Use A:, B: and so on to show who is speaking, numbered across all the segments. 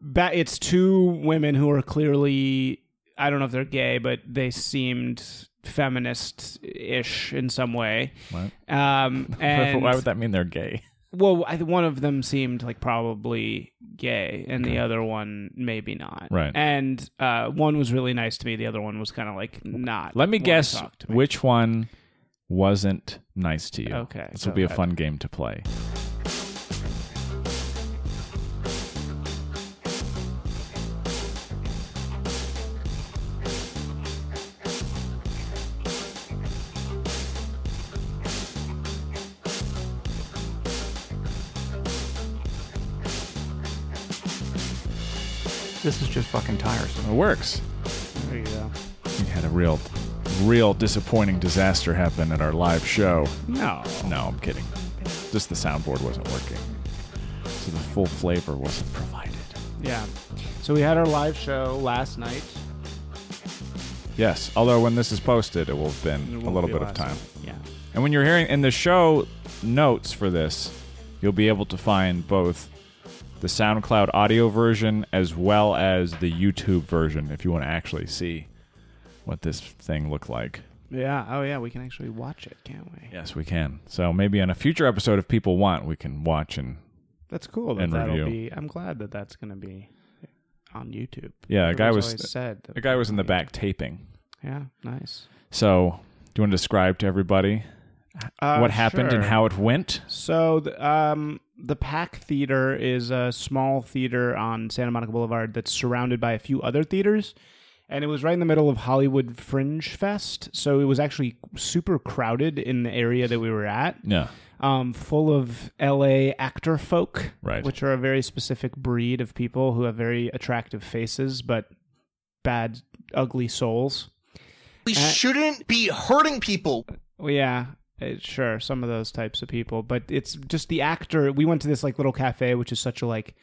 A: ba- it's two women who are clearly I don't know if they're gay, but they seemed feminist-ish in some way.
B: What?
A: Um, and
B: Why would that mean they're gay?
A: well, I, one of them seemed like probably gay, and the other one maybe not.
B: Right.
A: And uh, one was really nice to me. The other one was kind of like not.
B: Let me
A: wanna
B: guess
A: talk to me.
B: which one wasn't nice to you.
A: Okay,
B: This will be a
A: okay.
B: fun game to play.
C: This is just fucking tiresome.
B: It works.
A: There you go.
B: We had a real, real disappointing disaster happen at our live show.
A: No.
B: No, I'm kidding. Just the soundboard wasn't working. So the full flavor wasn't provided.
A: Yeah. So we had our live show last night.
B: Yes, although when this is posted, it will have
A: It
B: been a
A: won't
B: little
A: be
B: bit of
A: last
B: time.
A: night. Yeah.
B: And when you're hearing in the show notes for this, you'll be able to find both the SoundCloud audio version as well as the YouTube version if you want to actually see what this thing looked like.
A: Yeah. Oh, yeah. We can actually watch it, can't we?
B: Yes, we can. So maybe on a future episode, if people want, we can watch and
A: That's cool. That
B: And
A: that'll
B: review.
A: be. I'm glad that that's going to be on YouTube.
B: yeah, a guy
A: Everyone's
B: was
A: always said. that-
B: a guy was in the back taping.
A: Yeah. Nice.
B: So do you want to describe to everybody
A: Uh,
B: what happened and
A: sure.
B: how it went?
A: So, th- um, the Pack Theater is a small theater on Santa Monica Boulevard that's surrounded by a few other theaters. And it was right in the middle of Hollywood Fringe Fest. So it was actually super crowded in the area that we were at,
B: Yeah,
A: um, full of LA actor folk,
B: Right.
A: which are a very specific breed of people who have very attractive faces, but bad, ugly souls.
D: We
A: Uh,
D: shouldn't be hurting people.
A: Well, yeah, it, sure, some of those types of people, but it's just the actor. We went to this like little cafe, which is such a like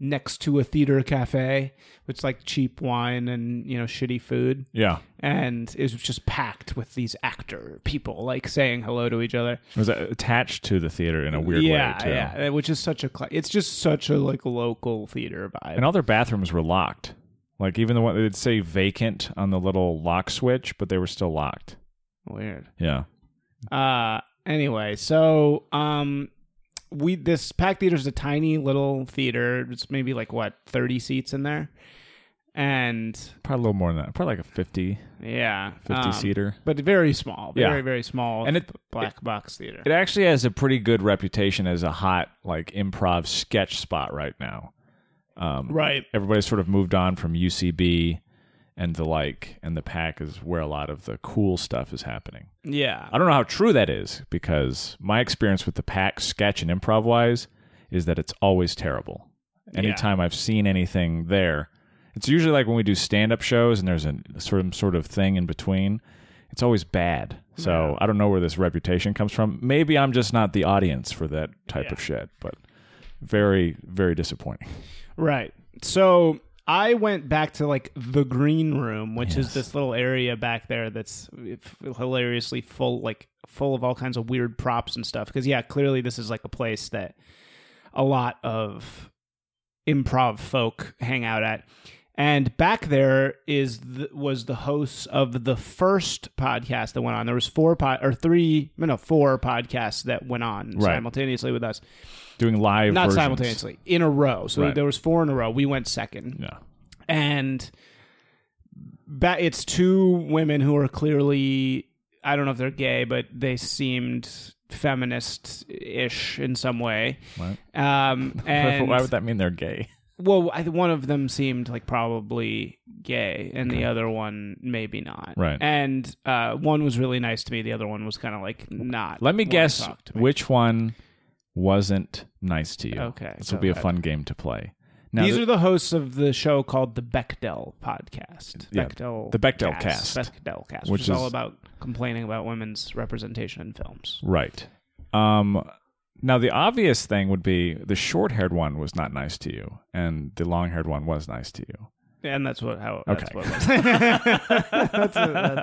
A: next to a theater cafe, which like cheap wine and you know shitty food,
B: yeah.
A: and it was just packed with these actor people like saying hello to each other.
B: It was attached to the theater in a weird
A: yeah,
B: way too.
A: yeah, which is such a cla it's just such a like local theater vibe.
B: And all their bathrooms were locked. Like even the one it'd say vacant on the little lock switch, but they were still locked.
A: Weird.
B: Yeah.
A: Uh anyway, so um we this pack theater is a tiny little theater. It's maybe like what, 30 seats in there. And
B: Probably a little more than that. Probably like a 50,
A: yeah,
B: 50
A: um,
B: seater.
A: But very small,
B: Yeah.
A: very very small.
B: And it-
A: black box theater.
B: It actually has a pretty good reputation as a hot like improv sketch spot right now. Um,
A: right.
B: Everybody's sort of moved on from UCB and the like, and the pack is where a lot of the cool stuff is happening.
A: Yeah.
B: I don't know how true that is because my experience with the pack sketch and improv wise is that it's always terrible. Anytime I've seen anything there, it's usually like when we do stand up shows and there's a sort of sort of thing in between. It's always bad. So I don't know where this reputation comes from. Maybe I'm just not the audience for that type of shit, but very very disappointing.
A: Right. So I went back to like the green room, which is this little area back there that's f- hilariously full, like full of all kinds of weird props and stuff. Because yeah, clearly this is like a place that a lot of improv folk hang out at. And back there is the, was the hosts of the first podcast that went on. There was four pod or three, no, four podcasts that went on
B: Right.
A: simultaneously with us
B: Doing live
A: not
B: versions.
A: simultaneously in a row so
B: Right.
A: there was four in a row we went second
B: Yeah.
A: and ba- it's two women who are clearly i don't know if they're gay but they seemed feminist-ish in some way
B: What?
A: um and
B: Why would that mean they're gay?
A: well I, one of them seemed like probably gay and the other one maybe not
B: Right.
A: and uh, one was really nice to me the other one was kind of like not
B: Let me
A: wanna
B: guess
A: talk to me.
B: which one wasn't nice to you.
A: Okay,
B: This
A: go
B: will be a
A: ahead.
B: fun game to play. Now,
A: These
B: th-
A: are the hosts of the show called the Bechdel podcast.
B: Yeah,
A: Bechdel,
B: the Bechdel Cast,
A: Bechdel cast, which,
B: which
A: is all
B: is-
A: about complaining about women's representation in films.
B: right. Um, now, the obvious thing would be the short haired one was not nice to you, and the long haired one was nice to you.
A: And that's what how that's
B: Okay.
A: what it was. that's, what- that's,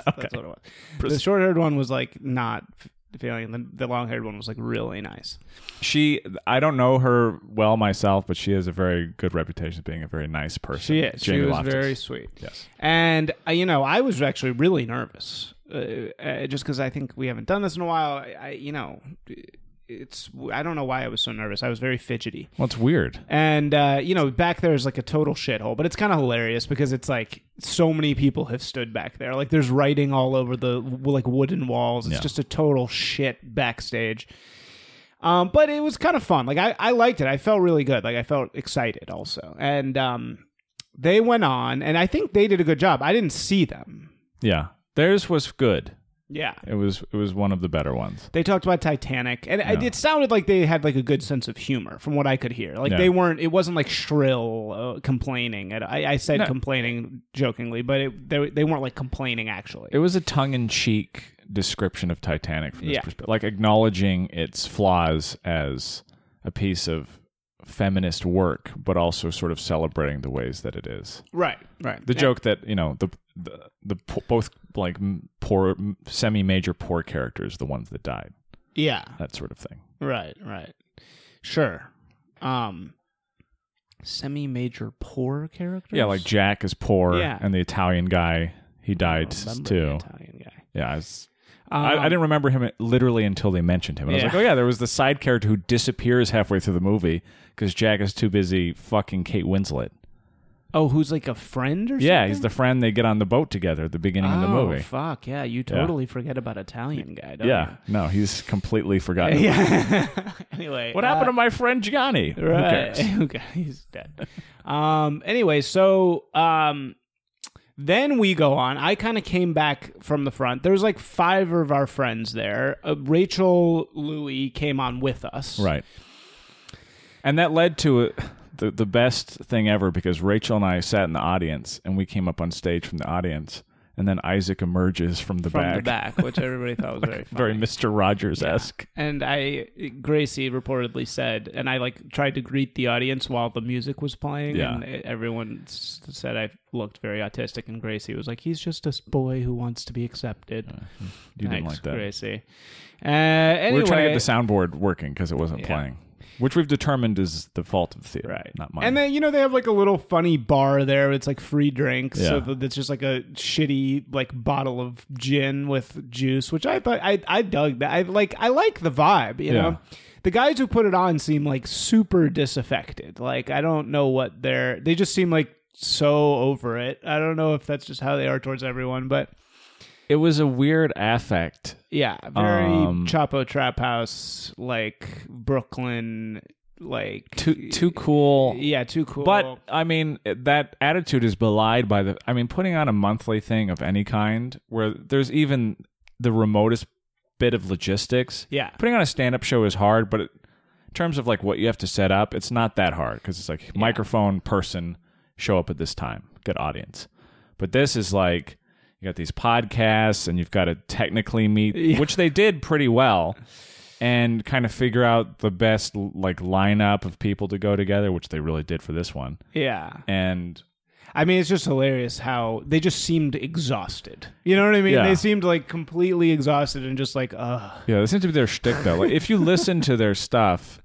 A: that's what it was. The short-haired one was like not feeling. And the, the long haired one was like really nice.
B: She, I don't know her well myself, but she has a very good reputation of being a very nice person.
A: She is.
B: Jamie
A: she was
B: Loftus.
A: very sweet.
B: Yes.
A: And uh, you know, I was actually really nervous, uh, uh, just because I think we haven't done this in a while. I, I, you know, it's I don't know why I was so nervous. I was very fidgety.
B: Well, it's weird.
A: And uh, you know, back there is like a total shithole, but it's kind of hilarious because it's like so many people have stood back there. Like there's writing all over the like wooden walls. It's
B: Yeah.
A: just a total shit backstage. Um, but it was kind of fun. Like I, I liked it. I felt really good. Like I felt excited also. And um, they went on, and I think they did a good job. I didn't see them.
B: Yeah. Theirs was good.
A: Yeah.
B: It was it was one of the better ones.
A: They talked about Titanic, and it-
B: Yeah.
A: it sounded like they had like a good sense of humor, from what I could hear. Like
B: Yeah.
A: they weren't; it wasn't like shrill uh, complaining. And I, I said
B: No.
A: complaining jokingly, but it, they they weren't like complaining actually.
B: It was a tongue in cheek description of Titanic from this
A: Yeah.
B: perspective, like acknowledging its flaws as a piece of feminist work, but also sort of celebrating the ways that it is.
A: right, right.
B: The joke that you know the the, the po- both like m- poor semi major poor characters, the ones that died,
A: yeah,
B: that sort of thing.
A: right, right. Sure. Um, semi-major poor characters.
B: Yeah, like Jack is poor,
A: Yeah.
B: and the Italian guy he
A: I
B: died
A: don't remember the
B: too.
A: Italian guy.
B: Yeah, I was I,
A: Um,
B: I didn't remember him literally until they mentioned him. And I
A: Yeah.
B: was like, oh, yeah, there was the side character who disappears halfway through the movie because Jack is too busy fucking Kate Winslet.
A: Oh, who's like a friend or
B: Yeah,
A: something?
B: he's the friend they get on the boat together at the beginning of the
A: Oh,
B: movie.
A: fuck yeah! You totally forget about Italian guy. Don't
B: yeah, no, he's completely
A: you?
B: forgotten.
A: yeah. anyway,
B: What
A: uh,
B: happened to my friend Gianni? Who
A: Right.
B: cares?
A: Okay, he's dead. um. Anyway, so um, then we go on. I kind of came back from the front. There was like five of our friends there. Uh, Rachel Louie came on with us.
B: Right. And that led to a, the, the best thing ever because Rachel and I sat in the audience and we came up on stage from the audience. And then Isaac emerges from the
A: from
B: back.
A: the back, which everybody thought was very funny.
B: Very Mr. Rogers esque.
A: and I, Gracie reportedly said, and I like tried to greet the audience while the music was playing,
B: Yeah.
A: and e, everyone s- said I looked very autistic, and Gracie was like, "He's just a s- boy who wants to be accepted."
B: Uh, hmm. You didn't
A: Thanks,
B: like that.
A: Gracie. Uh, anyway,
B: We were trying to get the soundboard working because it wasn't
A: Yeah.
B: playing, which we've determined is the fault of the theater,
A: Right.
B: Not mine.
A: And then you know they have like a little funny bar there. It's like free drinks. So
B: Yeah.
A: th- that's just like a shitty like bottle of gin with juice, which I thought I I dug that. I like I like the vibe. You
B: Yeah.
A: know, the guys who put it on seem like super disaffected. Like I don't know what they're. They just seem like so over it. I don't know if that's just how they are towards everyone, but
B: it was a weird affect.
A: yeah, very
B: Um,
A: Chapo Trap House like Brooklyn like
B: Too too cool.
A: yeah too cool.
B: But I mean, that attitude is belied by the. I mean, putting on a monthly thing of any kind, where there's even the remotest bit of logistics.
A: Yeah.
B: Putting on a stand-up show is hard, but it, in terms of like what you have to set up, it's not that hard because it's like microphone, person, show up at this time, good audience. But this is like you got these podcasts, and you've got to technically meet, which they did pretty well and kind of figure out the best like lineup of people to go together, which they really did for this one.
A: yeah.
B: And
A: I mean, it's just hilarious how they just seemed exhausted. You know what I mean?
B: Yeah.
A: They seemed like completely exhausted and just like, ugh.
B: yeah, this seems to be their shtick though. Like if you listen to their stuff,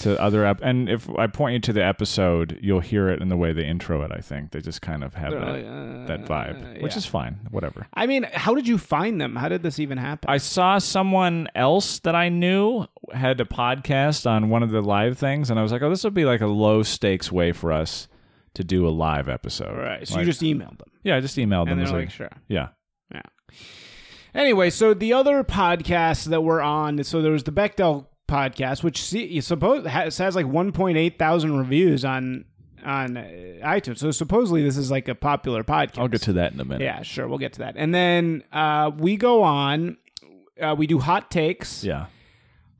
B: to other ep- and if I point you to the episode, you'll hear it in the way they intro it. I think they just kind of have that,
A: like, uh,
B: that vibe, which
A: yeah.
B: is fine. Whatever.
A: I mean, how did you find them? How did this even happen?
B: I saw someone else that I knew had a podcast on one of the live things, and I was like, "Oh, this would be like a low stakes way for us to do a live episode."
A: right. So you
B: Like,
A: just emailed them.
B: yeah, I just emailed them.
A: And
B: I was
A: they're
B: like,
A: like, sure.
B: Yeah.
A: Yeah. Anyway, so the other podcasts that were on, so there was the Bechdel podcast, which see, you suppose has, has like 1.8 thousand reviews on on uh, iTunes. So supposedly this is like a popular podcast.
B: I'll get to that in a minute.
A: Yeah, sure. We'll get to that. And then uh, we go on. Uh, we do hot takes.
B: Yeah.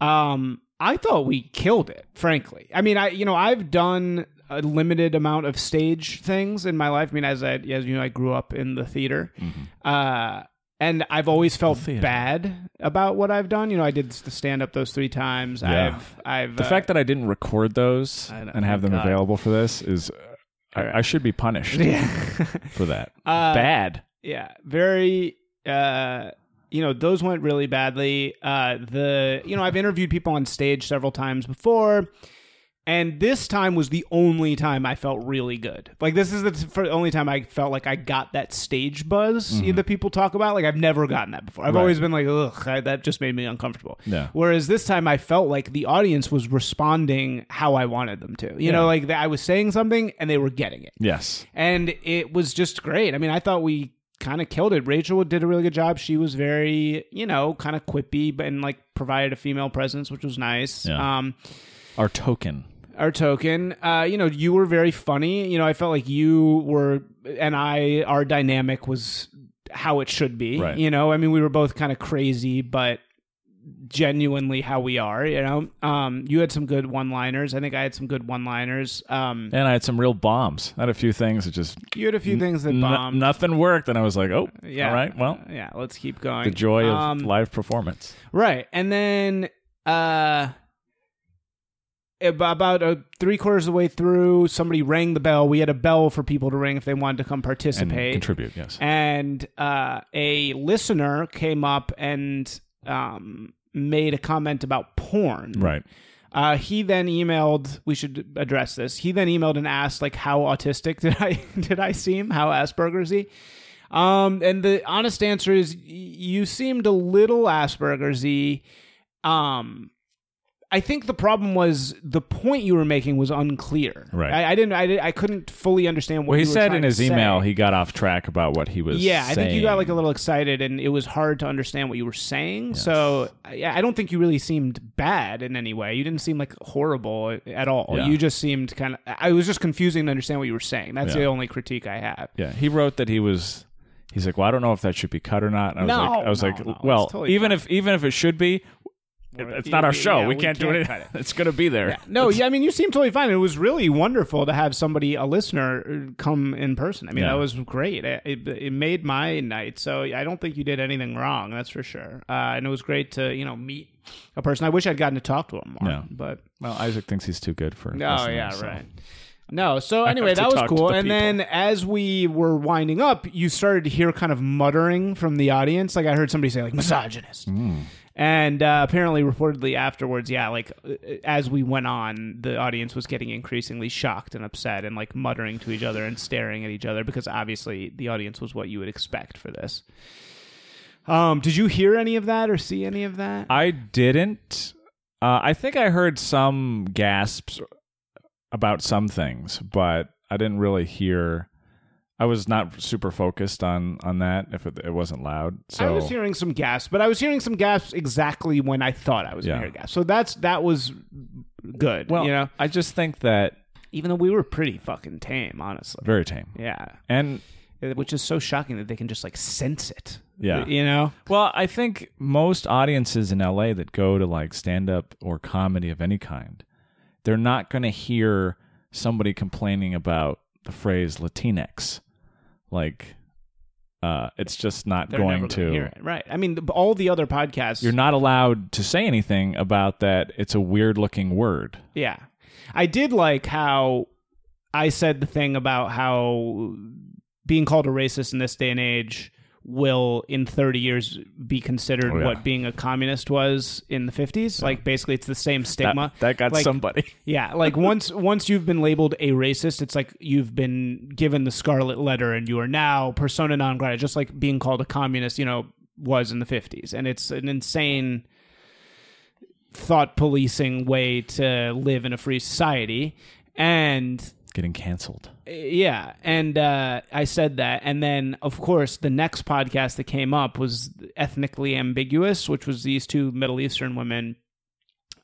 A: Um, I thought we killed it, frankly. I mean, I you know I've done a limited amount of stage things in my life. I mean, as I as you know, I grew up in the theater.
B: Mm-hmm.
A: Uh, and I've always felt bad about what I've done. You know, I did the stand up those three times.
B: Yeah.
A: I've, I've
B: The
A: uh,
B: fact that I didn't record those
A: I know.
B: and have them
A: God.
B: available for this is, I, I should be punished
A: yeah,
B: for that.
A: Uh,
B: Bad.
A: yeah, very uh, you know those went really badly uh the you know i've interviewed people on stage several times before and this time was the only time I felt really good. Like this is the t- fir- only time I felt like I got that stage buzz that people talk about. Like I've never gotten that before. I've
B: Mm-hmm. Right.
A: always been like, ugh, I, that just made me uncomfortable.
B: Yeah.
A: Whereas this time I felt like the audience was responding how I wanted them to. You know, like that I was saying something and they were getting it
B: Yes.
A: and it was just great. I mean, I thought we kind of killed it. Rachel did a really good job. She was very, you know, kind of quippy, but and like provided a female presence, which was nice.
B: Yeah.
A: Um,
B: Our token.
A: our token, uh, you know, you were very funny. You know, I felt like you were, and I, our dynamic was how it should be.
B: Right.
A: You know, I mean, we were both kind of crazy, but genuinely how we are. You know, um, you had some good one-liners. I think I had some good one-liners. Um,
B: And I had some real bombs. I had a few things that just
A: You had a few things that
B: n-
A: bombed.
B: nothing worked. And I was like, oh,
A: Yeah. uh,
B: all right. Well,
A: yeah, let's keep going.
B: the joy of
A: Um,
B: live performance.
A: Right. And then uh ab- about uh, three quarters of the way through, somebody rang the bell. We had a bell for people to ring if they wanted to come
B: And
A: participate.
B: contribute. Yes.
A: And, uh, a listener came up and um, made a comment about porn.
B: right.
A: Uh, he then emailed. We should address this. He then emailed and asked, like, how autistic did I did I seem? How Aspergersy? Um, and the honest answer is, y- you seemed a little Aspergersy. Um, I think the problem was the point you were making was unclear.
B: Right.
A: I, I didn't. I, did- I couldn't fully understand what
B: Well, he
A: you were
B: said
A: trying
B: in
A: to
B: his email
A: say.
B: he got off track about what he was
A: Yeah, I think you got
B: saying.
A: like a little excited, and it was hard to understand what you were saying. So I, I don't think you really seemed bad in any way. You didn't seem like horrible at all.
B: Yeah.
A: You just seemed kind of. I was just confusing to understand what you were saying. That's the
B: Yeah.
A: only critique I have.
B: Yeah, he wrote that he was. He's like, well, I don't know if that should be cut or not. And I was
A: No,
B: like, I was
A: no,
B: like,
A: no, it's
B: well,
A: totally
B: even
A: fine.
B: if even if it should be, it's not our
A: Yeah,
B: show. we,
A: we can't
B: can't, do
A: cut
B: anything. It's gonna be there.
A: No, yeah, I mean, you seemed totally fine. It was really wonderful to have somebody, a listener, uh, come in person. I mean,
B: Yeah.
A: that was great. It, it, it made my night. So I don't think you did anything wrong. That's for sure. Uh, and it was great to you know meet a person. I wish I'd gotten to talk to him more,
B: Yeah.
A: but.
B: Well, Isaac thinks he's too good for.
A: Oh
B: listening,
A: yeah,
B: so.
A: right. No, so anyway,
B: have to
A: that was
B: talk to
A: cool.
B: the
A: And
B: people.
A: then as we were winding up, you started to hear kind of muttering from the audience. Like I heard somebody say like misogynist.
B: Hmm.
A: And uh, apparently, reportedly afterwards, yeah, like uh, as we went on, the audience was getting increasingly shocked and upset and like muttering to each other and staring at each other because obviously the audience was what you would expect for this. Um, did you hear any of that or see any of that?
B: I didn't. Uh, I think I heard some gasps about some things, but I didn't really hear. I was not super focused on on that. If it, it wasn't loud, so
A: I was hearing some gasps, but I was hearing some gasps exactly when I thought I was going
B: Yeah.
A: to hear gasps. So that's that was good.
B: well,
A: you know,
B: I just think that
A: even though we were pretty fucking tame, honestly.
B: very tame,
A: Yeah, Uh,
B: and
A: which is so shocking that they can just like sense it.
B: Yeah.
A: you know.
B: Well, I think most audiences in LA that go to like stand up or comedy of any kind, they're not going to hear somebody complaining about the phrase Latinx. Like, uh, it's just not
A: They're
B: going
A: never
B: to.
A: gonna hear it. right. I mean, the, all the other podcasts.
B: You're not allowed to say anything about that. It's a weird looking word.
A: yeah, I did like how I said the thing about how being called a racist in this day and age will in 30 years be considered
B: Oh, yeah.
A: what being a communist was in the 50s like basically it's the same
B: That,
A: stigma
B: that got
A: Like,
B: somebody.
A: Yeah, like once once you've been labeled a racist, it's like you've been given the scarlet letter and you are now persona non grata, just like being called a communist, you know, was in the 50s. And it's an insane thought policing way to live in a free society. And
B: Getting canceled.
A: yeah, and uh, I said that, and then of course the next podcast that came up was ethnically ambiguous, which was these two Middle Eastern women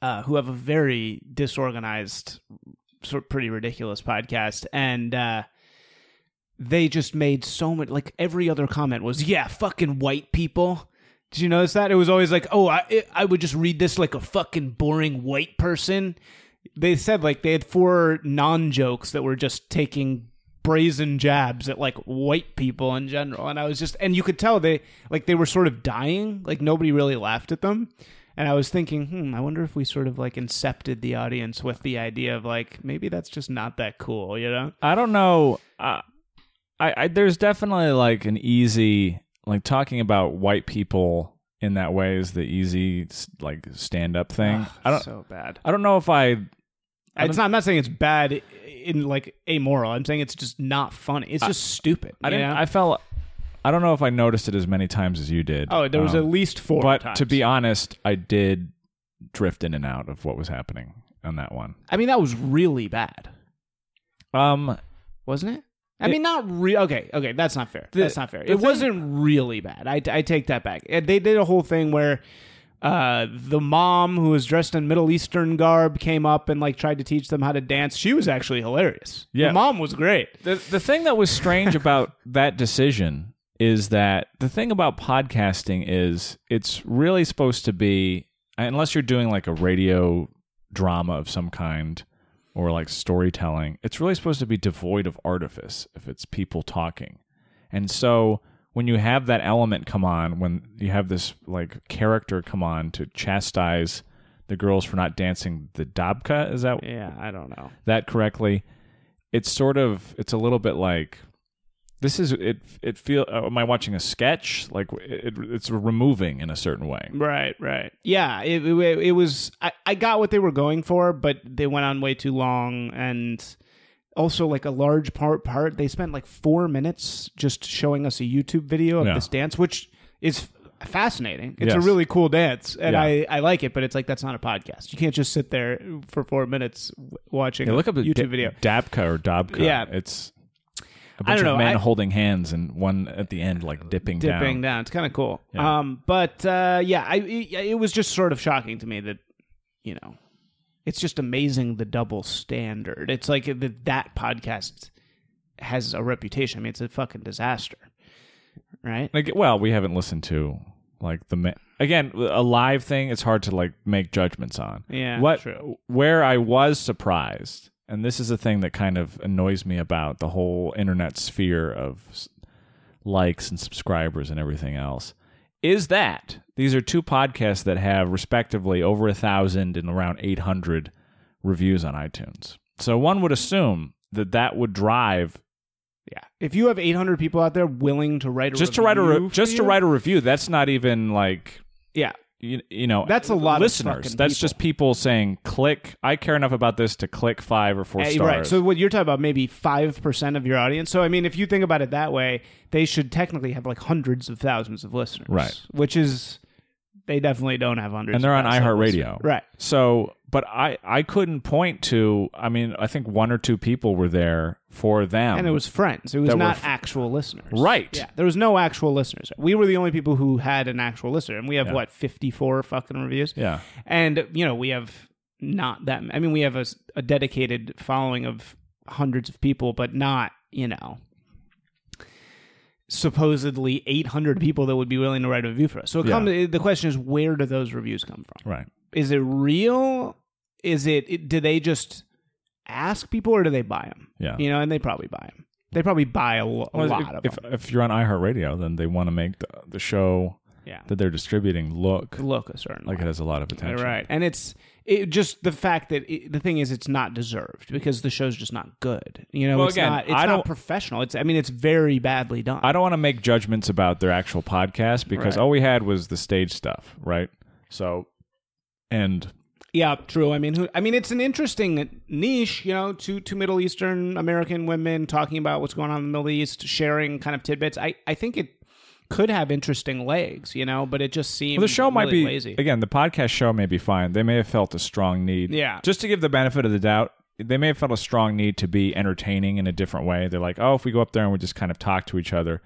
A: uh, who have a very disorganized, sort of pretty ridiculous podcast, and uh, they just made so much. Like every other comment was, "Yeah, fucking white people." Did you notice that? It was always like, "Oh, I I would just read this like a fucking boring white person." They said like they had four non jokes that were just taking brazen jabs at like white people in general, and I was just and you could tell they like they were sort of dying. Like nobody really laughed at them. And I was thinking, hmm, I wonder if we sort of like incepted the audience with the idea of like maybe that's just not that cool, you know?
B: I don't know. Uh, I, I there's definitely like an easy like talking about white people in that way is the easy s- like stand up thing. I don't
A: so bad.
B: I don't know if I
A: It's not. I'm not saying it's bad i- in like amoral. I'm saying it's just not funny. It's just stupid.
B: I
A: you
B: didn't
A: know?
B: I felt I don't know if I noticed it as many times as you did.
A: oh, there was
B: Um,
A: at least four.
B: But
A: times.
B: to be honest, I did drift in and out of what was happening on that one.
A: I mean, that was really bad,
B: Um
A: wasn't it? I mean, not real. Okay, okay, that's not fair. that's not fair. It wasn't really bad. I, I take that back. Uh, They did a whole thing where uh, the mom who was dressed in Middle Eastern garb came up and like tried to teach them how to dance. She was actually hilarious.
B: Yeah.
A: the mom was great.
B: the the thing that was strange about that decision is that the thing about podcasting is it's really supposed to be unless you're doing like a radio drama of some kind or like storytelling, it's really supposed to be devoid of artifice if it's people talking. And so when you have that element come on, when you have this like character come on to chastise the girls for not dancing the dabka, is that
A: Yeah, I don't know.
B: that correctly, it's sort of it's a little bit like this is it. It feel uh, am I watching a sketch? Like it, it's removing in a certain way.
A: Right, right. Yeah, it it, it was. I, I got what they were going for, but they went on way too long, and also like a large part part they spent like four minutes just showing us a YouTube video of
B: Yeah.
A: this dance, which is fascinating. It's a
B: Yes.
A: really cool dance, and
B: Yeah.
A: I I like it, but it's like that's not a podcast. You can't just sit there for four minutes w- watching.
B: Yeah,
A: a
B: look up a
A: YouTube
B: da-
A: video.
B: Dabka or Dabka.
A: Yeah.
B: it's a
A: I
B: bunch
A: don't
B: of
A: know,
B: men
A: I-
B: holding hands and one at the end like dipping,
A: dipping down.
B: down.
A: It's kind of cool.
B: Yeah.
A: Um, but uh, yeah, I it, it was just sort of shocking to me that you know, it's just amazing the double standard. It's like that that podcast has a reputation. I mean, it's a fucking disaster, right?
B: Like, well, we haven't listened to like the ma- again a live thing. It's hard to like make judgments on.
A: Yeah,
B: what
A: true.
B: where I was surprised, and this is the thing that kind of annoys me about the whole internet sphere of s- likes and subscribers and everything else, is that these are two podcasts that have respectively over a thousand and around eight hundred reviews on iTunes. So one would assume that that would drive
A: Yeah. If you have 800 people out there willing to write a
B: just to write a re-
A: review for
B: just to
A: you-
B: write a review. That's not even like
A: yeah,
B: you, you know
A: That's a lot of
B: listeners.
A: fucking
B: That's
A: people.
B: just people saying click. I care enough about this to click five or four
A: Hey,
B: stars.
A: Eh, Right. So what you're talking about, maybe five percent of your audience. So I mean, if you think about it that way, they should technically have like hundreds of thousands of listeners.
B: Right.
A: Which is they definitely don't have hundreds.
B: and they're
A: of
B: on
A: thousands of
B: iHeartRadio.
A: listeners. Right.
B: So, but I I couldn't point to. I mean, I think one or two people were there for them,
A: And it was friends. It was
B: Um, That were
A: not
B: f-
A: actual listeners.
B: Right.
A: Yeah. There was no actual listeners. We were the only people who had an actual listener, and we have what fifty four fucking reviews.
B: yeah.
A: And you know we have not that. I mean, we have a, s- a dedicated following of hundreds of people, but not you know supposedly 800 people that would be willing to write a review for us. So it
B: Mm-hmm. Yeah.
A: comes, the question is, where do those reviews come from?
B: Right.
A: Is it real? Is it, it- do they just ask people or do they buy them?
B: Yeah.
A: You know, and they probably buy them. They probably buy a, lo- a
B: Well,
A: lot
B: if,
A: of
B: if,
A: them.
B: if you're on iHeartRadio, then they want to make the, the show
A: Yeah.
B: that they're distributing look
A: Look a certain
B: like
A: way.
B: it has a lot of
A: You're
B: attention.
A: right. And it's it, just the fact that it, the thing is, it's not deserved because the show's just not good. You know,
B: Well,
A: it's
B: again,
A: not. It's
B: I
A: not
B: don't-
A: professional. It's. I mean, it's very badly done.
B: I don't want to make judgments about their actual podcast because
A: Right.
B: all we had was the stage stuff, right? So, and
A: yeah, true. I mean, who, I mean, it's an interesting niche. You know, two two Middle Eastern American women talking about what's going on in the Middle East, sharing kind of tidbits. I I think it could have interesting legs. You know, but it just seems
B: the show might be
A: lazy.
B: again the podcast show may be fine. They may have felt a strong need,
A: Yeah.
B: just to give the benefit of the doubt. They may have felt a strong need to be entertaining in a different way. They're like, oh, if we go up there and we just kind of talk to each other,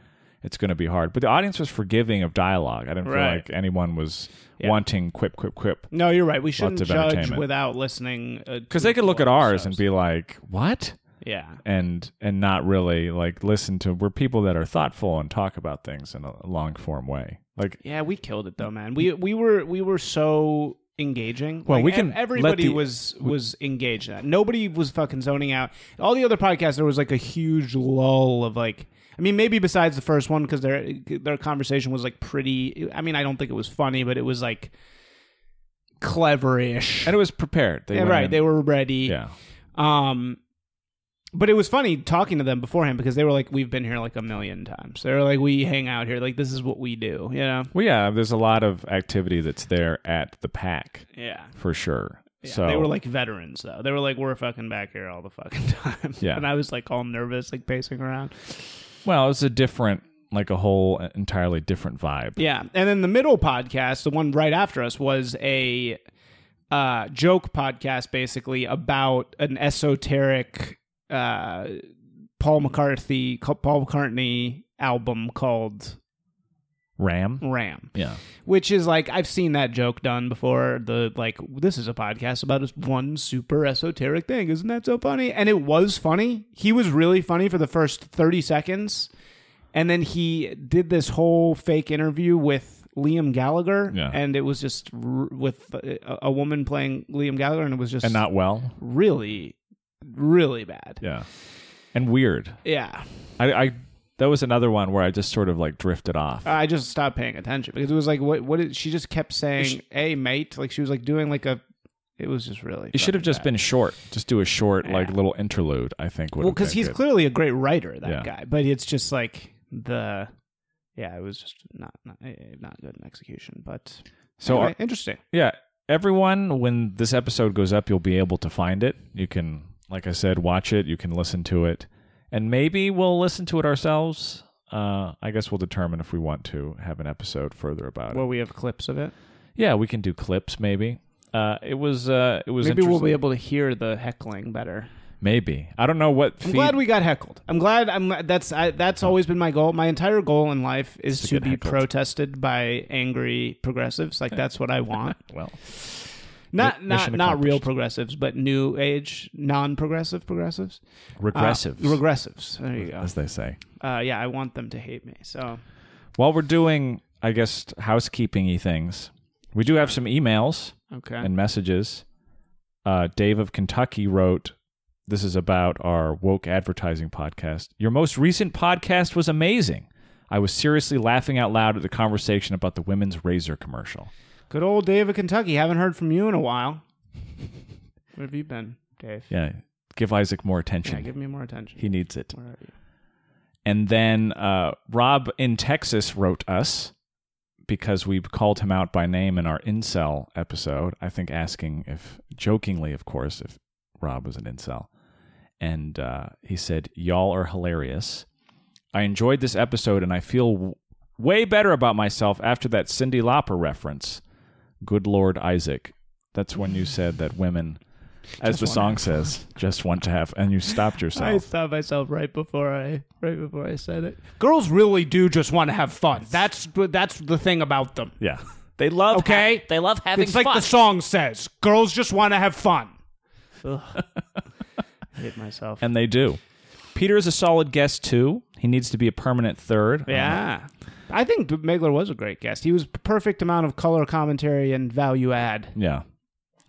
B: it's going to be hard. But the audience was forgiving of dialogue. I didn't feel
A: Right.
B: like anyone was wanting quip, quip, quip.
A: no, you're right. We shouldn't
B: of
A: judge
B: entertainment.
A: without listening because
B: Because they could look at ours and be like, what?
A: yeah.
B: and and not really like listen to we're people that are thoughtful and talk about things in a long form way like
A: Yeah, we killed it though, man. We we were we were so engaging.
B: Well,
A: Like,
B: we
A: ev-
B: can let
A: everybody
B: the-
A: was was engaged in that. Nobody was fucking zoning out. All the other podcasts, there was like a huge lull of like. I mean, maybe besides the first one, because their their conversation was like pretty. I mean, I don't think it was funny, but it was like cleverish.
B: and it was prepared they
A: Yeah,
B: went
A: right,
B: in-
A: they were ready.
B: yeah
A: Um, But it was funny talking to them beforehand because they were like, "We've been here like a million times." They were like, "We hang out here. Like this is what we do." You know?
B: Well, yeah, there's a lot of activity that's there at the pack
A: Yeah.
B: for sure.
A: Yeah,
B: so
A: they were like veterans though. They were like, "We're fucking back here all the fucking time."
B: Yeah.
A: and I was like all nervous, like pacing around.
B: well, it's a different, like a whole uh, entirely different vibe.
A: Yeah, and then the middle podcast, the one right after us, was a uh, joke podcast, basically about an esoteric uh, Paul McCarthy, Paul McCartney album called
B: Ram.
A: Ram.
B: Yeah.
A: which is like I've seen that joke done before. The like this is a podcast about this one super esoteric thing, isn't that so funny? And it was funny. He was really funny for the first thirty seconds, and then he did this whole fake interview with Liam Gallagher,
B: Yeah.
A: and it was just r- with a, a woman playing Liam Gallagher, and it was just
B: And not well.
A: really, really bad.
B: Yeah. And weird.
A: yeah.
B: I, I that was another one where I just sort of like drifted off.
A: I just stopped paying attention because it was like what what is, she just kept saying, "Hey mate," like she was like doing like a it was just really
B: it should have just been short. Just do a short like little interlude. I think would
A: well
B: because
A: cuz he's clearly a great writer that
B: Yeah.
A: guy, but it's just like the yeah, it was just not not, eh, not good in execution, but
B: so
A: anyway,
B: uh,
A: interesting.
B: yeah. Everyone, when this episode goes up, you'll be able to find it. You can, like I said, watch it. You can listen to it, and maybe we'll listen to it ourselves. Uh, I guess we'll determine if we want to have an episode further about it.
A: Well, we have clips of it.
B: Yeah, we can do clips maybe. Uh, it was uh, it was
A: Maybe we'll
B: interesting.
A: be able to hear the heckling better.
B: maybe I don't know what
A: I'm
B: feed- Oh.
A: glad we got heckled. I'm glad. I'm that's I, that's always been my goal. My entire goal in life is to,
B: get
A: be
B: heckled.
A: protested by angry progressives. Like that's what I want.
B: well
A: not
B: Mi-
A: not
B: mission
A: not real
B: accomplished.
A: progressives, but new age non-progressive progressives. Uh,
B: regressive
A: regressives. There you go.
B: as they say.
A: Uh, yeah, I want them to hate me. So
B: While we're doing, I guess, housekeeping-y things, we do have some emails
A: okay.
B: and messages. Uh, Dave of Kentucky wrote, "This is about our woke advertising podcast. Your most recent podcast was amazing. I was seriously laughing out loud at the conversation about the women's razor commercial.
A: Good old Dave of Kentucky. Haven't heard from you in a while. Where have you been, Dave?
B: Yeah, give Isaac more
A: Yeah,
B: attention.
A: give me more attention.
B: he needs it."
A: Where are you?
B: And then uh, Rob in Texas wrote us because we called him out by name in our incel episode. I think asking if, jokingly, of course, if Rob was an incel. And uh, he said, Y'all are hilarious. I enjoyed this episode and I feel w- way better about myself after that Cindy Lauper reference. Good Lord Isaac. That's when you said that women, as the song says, just want to have, and you stopped yourself.
A: I stopped myself right before I right before I said it. Girls really do just want to have fun. That's that's the thing about them.
B: Yeah. They love
A: Okay?
B: they love having
A: it's like the song says, girls just want to have fun. I hate myself.
B: and they do. Peter is a solid guest too. He needs to be a permanent third.
A: yeah. I think Megler was a great guest. He was perfect amount of color commentary and value add.
B: Um, Yeah.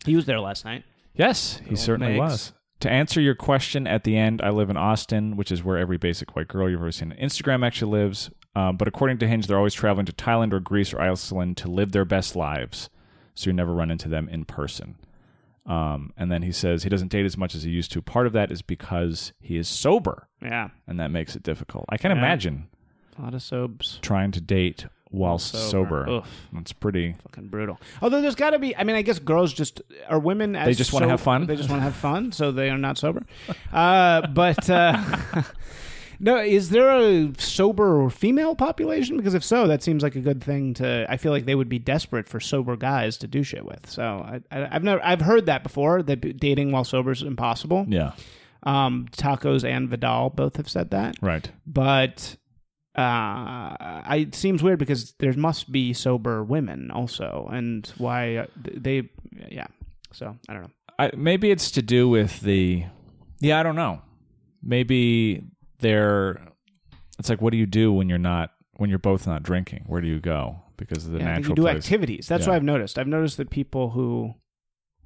A: He was there last night.
B: Yes, he certainly
A: Megs.
B: was. To answer your question at the end, I live in Austin, which is where every basic white girl you've ever seen on Instagram actually lives. Um, but according to Hinge, they're always traveling to Thailand or Greece or Iceland to live their best lives. So you never run into them in person. Um, and then he says he doesn't date as much as he used to. Part of that is because he is sober,
A: Yeah.
B: and that makes it difficult. I can imagine
A: A lot of sobs.
B: trying to date while sober.
A: Sober. Oof.
B: That's pretty.
A: Fucking brutal. Although there's got to be, I mean, I guess girls just are women. As
B: They just wanna
A: so-
B: have fun?
A: They just want to have fun, so they are not sober. Uh, but uh, no, is there a sober female population? Because if so, that seems like a good thing to. I feel like they would be desperate for sober guys to do shit with. So I, I, I've never, I've heard that before. That b- dating while sober is impossible.
B: Yeah.
A: Um, Tacos and Vidal both have said that
B: Right.
A: but uh, I- it seems weird because there must be sober women also, and why uh, th- they, yeah. So I don't know.
B: I, maybe it's to do with the. Yeah, I don't know. Maybe they're. It's like, what do you do when you're not when you're both not drinking? Where do you go? Because of the
A: Yeah, I think you
B: natural
A: do
B: place.
A: activities. That's
B: Yeah.
A: what I've noticed. I've noticed that people who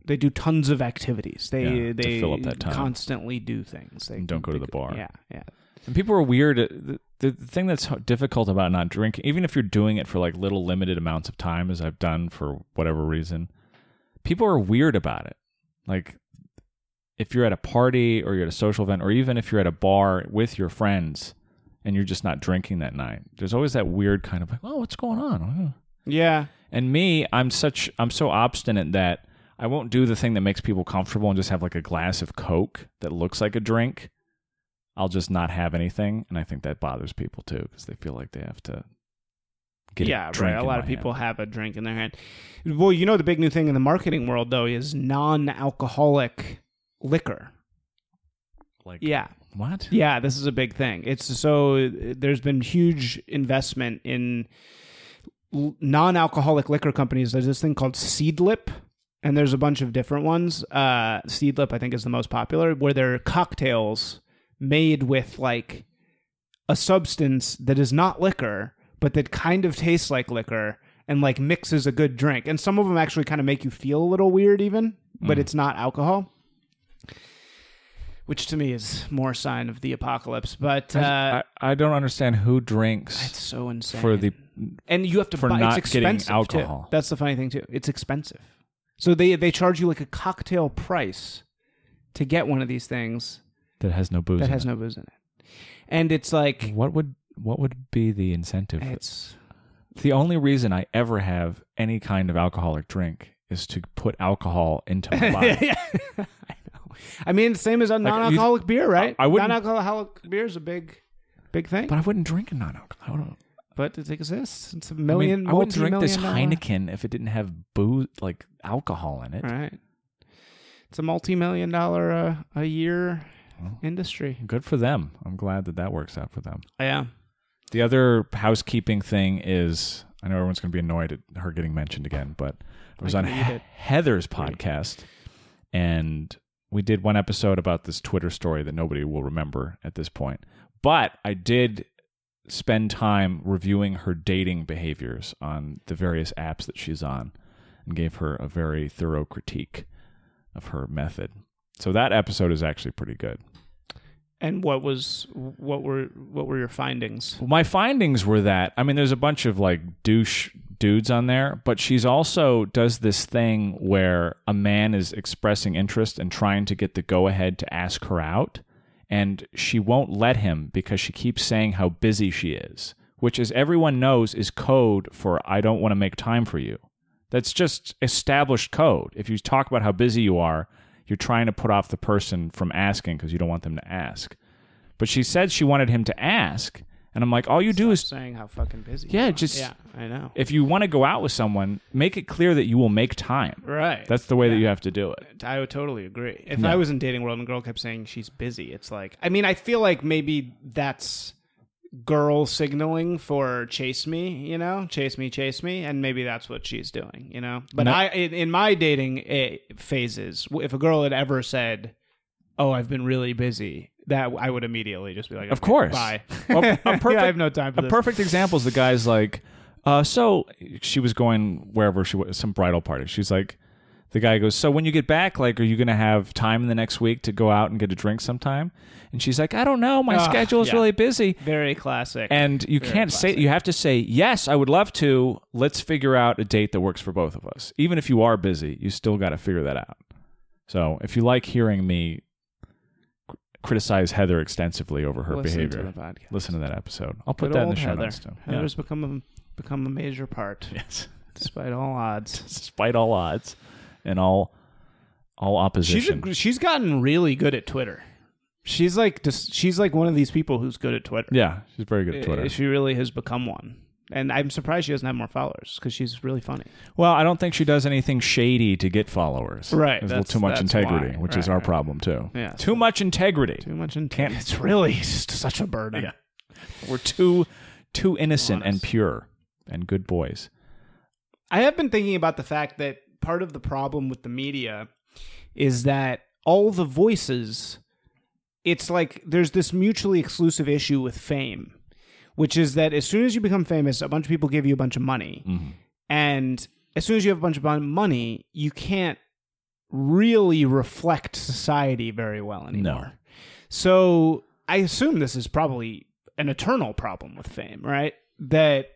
A: they do tons of activities. They
B: Yeah, to
A: they
B: fill up that time.
A: constantly do things. They
B: And don't go to the bar.
A: Yeah, yeah.
B: And people are weird. The, the the thing that's h- difficult about not drinking, even if you're doing it for like little limited amounts of time, as I've done for whatever reason, people are weird about it. Like, if you're at a party or you're at a social event or even if you're at a bar with your friends and you're just not drinking that night, there's always that weird kind of like, oh, what's going on? Oh.
A: Yeah.
B: And me, I'm such I'm so obstinate that I won't do the thing that makes people comfortable and just have like a glass of Coke that looks like a drink. I'll just not have anything, and I think that bothers people too because they feel like they have to get
A: yeah,
B: a drink.
A: right. A
B: in
A: lot
B: my
A: of people
B: hand.
A: have a drink in their hand. Well, you know the big new thing in the marketing world though is non-alcoholic liquor.
B: like
A: Yeah.
B: what?
A: Yeah, this is a big thing. It's so there's been huge investment in l- non-alcoholic liquor companies. There's this thing called Seedlip, and there's a bunch of different ones. Uh, Seedlip, I think, is the most popular, where they're cocktails made with like a substance that is not liquor, but that kind of tastes like liquor and like mixes a good drink. And some of them actually kind of make you feel a little weird, even,
B: Mm.
A: but it's not alcohol. Which to me is more sign of the apocalypse, but uh,
B: I, I don't understand who drinks
A: it's so insane
B: for the
A: and you have to
B: for
A: buy.
B: not
A: it's
B: getting
A: expensive
B: alcohol.
A: Too. That's the funny thing too. It's expensive, so they they charge you like a cocktail price to get one of these things
B: that has no booze.
A: that
B: in
A: has
B: it.
A: no booze in it, and it's like
B: What would what would be the incentive?
A: it's
B: the only reason I ever have any kind of alcoholic drink is to put alcohol into my body.
A: yeah. I know. I mean, same as a non-alcoholic beer, right?
B: I- I wouldn't-
A: non-alcoholic beer is a big, big thing.
B: But I wouldn't drink a non-alcoholic.
A: But it exists. It's a
B: I, mean,
A: million.
B: I wouldn't drink this
A: multi-million dollar-
B: Heineken if it didn't have booze, like alcohol in it.
A: Right. It's a multi-million dollar uh, a year industry.
B: Good for them. I'm glad that that works out for them.
A: Yeah.
B: The other housekeeping thing is I know everyone's going to be annoyed at her getting mentioned again, but I was
A: I
B: on
A: can read
B: He-
A: it.
B: Heather's podcast and we did one episode about this Twitter story that nobody will remember at this point. But I did spend time reviewing her dating behaviors on the various apps that she's on and gave her a very thorough critique of her method. So that episode is actually pretty good.
A: And what was what were what were your findings?
B: Well, my findings were that I mean, there's a bunch of like douche dudes on there, but she's also does this thing where a man is expressing interest and trying to get the go ahead to ask her out, and she won't let him because she keeps saying how busy she is, which, as everyone knows, is code for I don't want to make time for you. That's just established code. If you talk about how busy you are, you're trying to put off the person from asking because you don't want them to ask. But she said she wanted him to ask, and I'm like, all you do is
A: Saying how fucking busy.
B: Yeah,
A: you are.
B: just-
A: yeah, I know.
B: if you want to go out with someone, make it clear that you will make time.
A: Right.
B: That's the way that you have to do it.
A: I would totally agree. If I was in dating world and a girl kept saying she's busy, it's like I mean I feel like maybe that's girl signaling for chase me, you know, chase me, chase me, and maybe that's what she's doing, you know. But
B: No.
A: I in, in my dating eh, phases, if a girl had ever said, "Oh, I've been really busy," that I would immediately just be like,
B: Of
A: "Okay,
B: course.
A: bye."
B: A- a
A: yeah, I
B: perfect-
A: have no time for
B: A
A: this.
B: perfect example is the guy's like, uh, so she was going wherever she was, some bridal party. She's like, the guy goes, so when you get back, like, are you gonna have time in the next week to go out and get a drink sometime? And she's like, I don't know, my
A: Ah,
B: schedule is
A: yeah.
B: really busy.
A: Very classic.
B: And you can't say you have to say yes. I would love to. Let's figure out a date that works for both of us. Even if you are busy, you still got to figure that out. So if you like hearing me cr- criticize Heather extensively over her
A: Listen
B: behavior,
A: to the podcast.
B: listen to that episode. I'll put
A: Good
B: that in
A: old
B: the show
A: Heather.
B: notes too. Yeah.
A: Heather's become a, become a major part,
B: Yes.
A: despite all odds.
B: despite all odds and all all
A: She's
B: opposition.
A: a, she's gotten really good at Twitter. She's like just, she's like one of these people who's good at Twitter. Eh,
B: yeah, she's very good at Twitter.
A: She really has become one, and I'm surprised she doesn't have more followers because she's really funny.
B: Well, I don't think she does anything shady to get followers.
A: Right,
B: There's a little
A: that's-
B: too much
A: that's
B: integrity,
A: why.
B: which is
A: Right,
B: our
A: right.
B: problem too.
A: Yeah.
B: Too much integrity.
A: Too much in
B: Can't-
A: It's really just such a burden.
B: Yeah. We're too too innocent and pure and good boys.
A: I have been thinking about the fact that part of the problem with the media is that all the voices, it's like there's this mutually exclusive issue with fame, which is that as soon as you become famous, a bunch of people give you a bunch of money. And as soon as you have a bunch of mon- money, you can't really reflect society very well anymore. So I assume this is probably an eternal problem with fame, right? That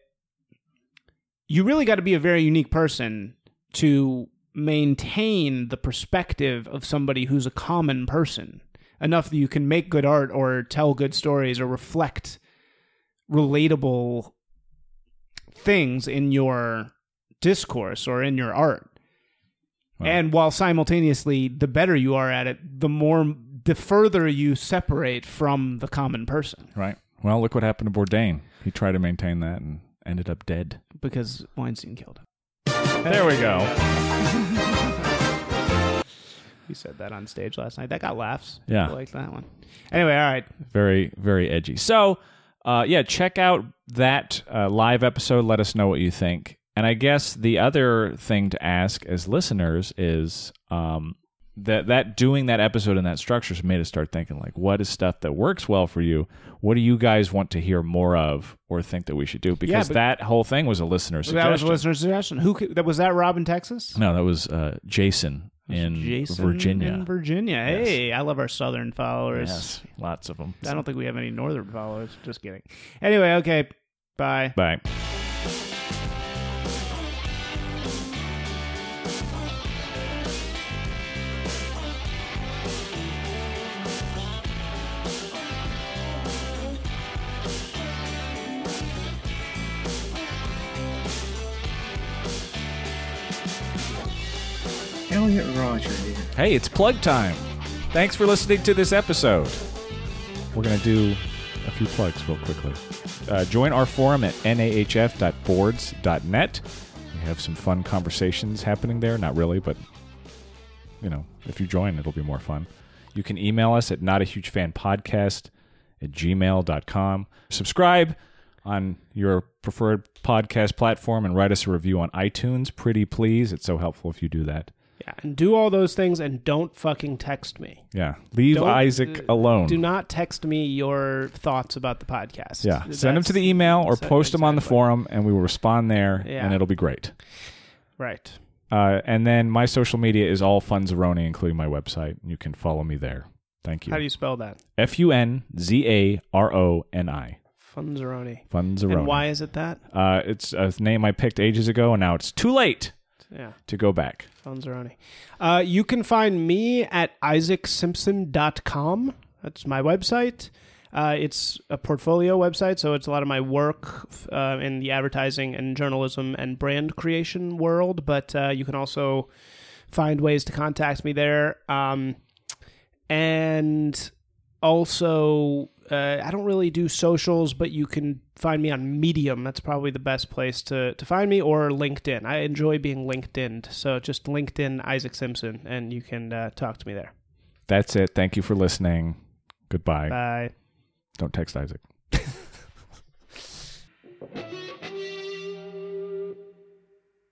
A: you really got to be a very unique person to maintain the perspective of somebody who's a common person enough that you can make good art or tell good stories or reflect relatable things in your discourse or in your art.
B: Wow.
A: And while simultaneously, the better you are at it, the more, the further you separate from the common person.
B: Right. Well, look what happened to Bourdain. He tried to maintain that and ended up dead.
A: Because Weinstein killed him.
B: There we go.
A: He said that on stage last night. That got laughs.
B: Yeah.
A: People liked that one. Anyway, all right.
B: Very, very edgy. So, uh, yeah, check out that uh, live episode. Let us know what you think. And I guess the other thing to ask as listeners is um, that that doing that episode in that structure has made us start thinking like, what is stuff that works well for you? What do you guys want to hear more of or think that we should do? Because
A: but-
B: that whole thing was a listener suggestion.
A: That was a listener suggestion. Who could- that was that Rob in Texas?
B: no, that was uh, Jason in
A: Jason
B: Mm, Virginia.
A: In Virginia. Hey, I love our southern followers.
B: yes, lots of them.
A: I don't think we have any northern followers. Just kidding. Anyway, okay. Bye.
B: Bye.
C: Elliot Roger here.
B: Hey, it's plug time. Thanks for listening to this episode. We're going to do a few plugs real quickly. Uh, join our forum at nahf.boards.net. We have some fun conversations happening there. Not really, but, you know, if you join, it'll be more fun. You can email us at notahugefanpodcast at gmail.com. Subscribe on your preferred podcast platform and write us a review on iTunes. Pretty please. It's so helpful if you do that.
E: Yeah, and do all those things and don't fucking text me.
B: Yeah. Leave
E: Don't- uh,
B: Isaac alone.
E: Do not text me your thoughts about the podcast.
B: Yeah. Send them to the email or
E: exact-
B: post them on the
E: exactly.
B: forum and we will respond there
E: Yeah.
B: and it'll be great. e-
E: Right.
B: Uh, and then my social media is all Funzaroni, including my website. You can follow me there. Thank
E: How do
B: you.
E: you spell that?
B: F U N Z A R O N I.
E: Funzaroni.
B: Funzaroni.
E: And why is it that?
B: Uh, it's a name I picked ages ago and now it's too late
E: Yeah,
B: to go back.
E: Funzaroni. Uh, you can find me at isaacsimpson.com. That's my website. Uh, it's a portfolio website, so it's a lot of my work uh, in the advertising and journalism and brand creation world. But uh, you can also find ways to contact me there. Um, and also, uh, I don't really do socials, but you can find me on Medium. That's probably the best place to, to find me, or LinkedIn. I enjoy being LinkedIn'd. So just LinkedIn Isaac Simpson, and you can uh, talk to me there.
B: That's it. Thank you for listening. Goodbye.
E: Bye.
B: Don't text Isaac.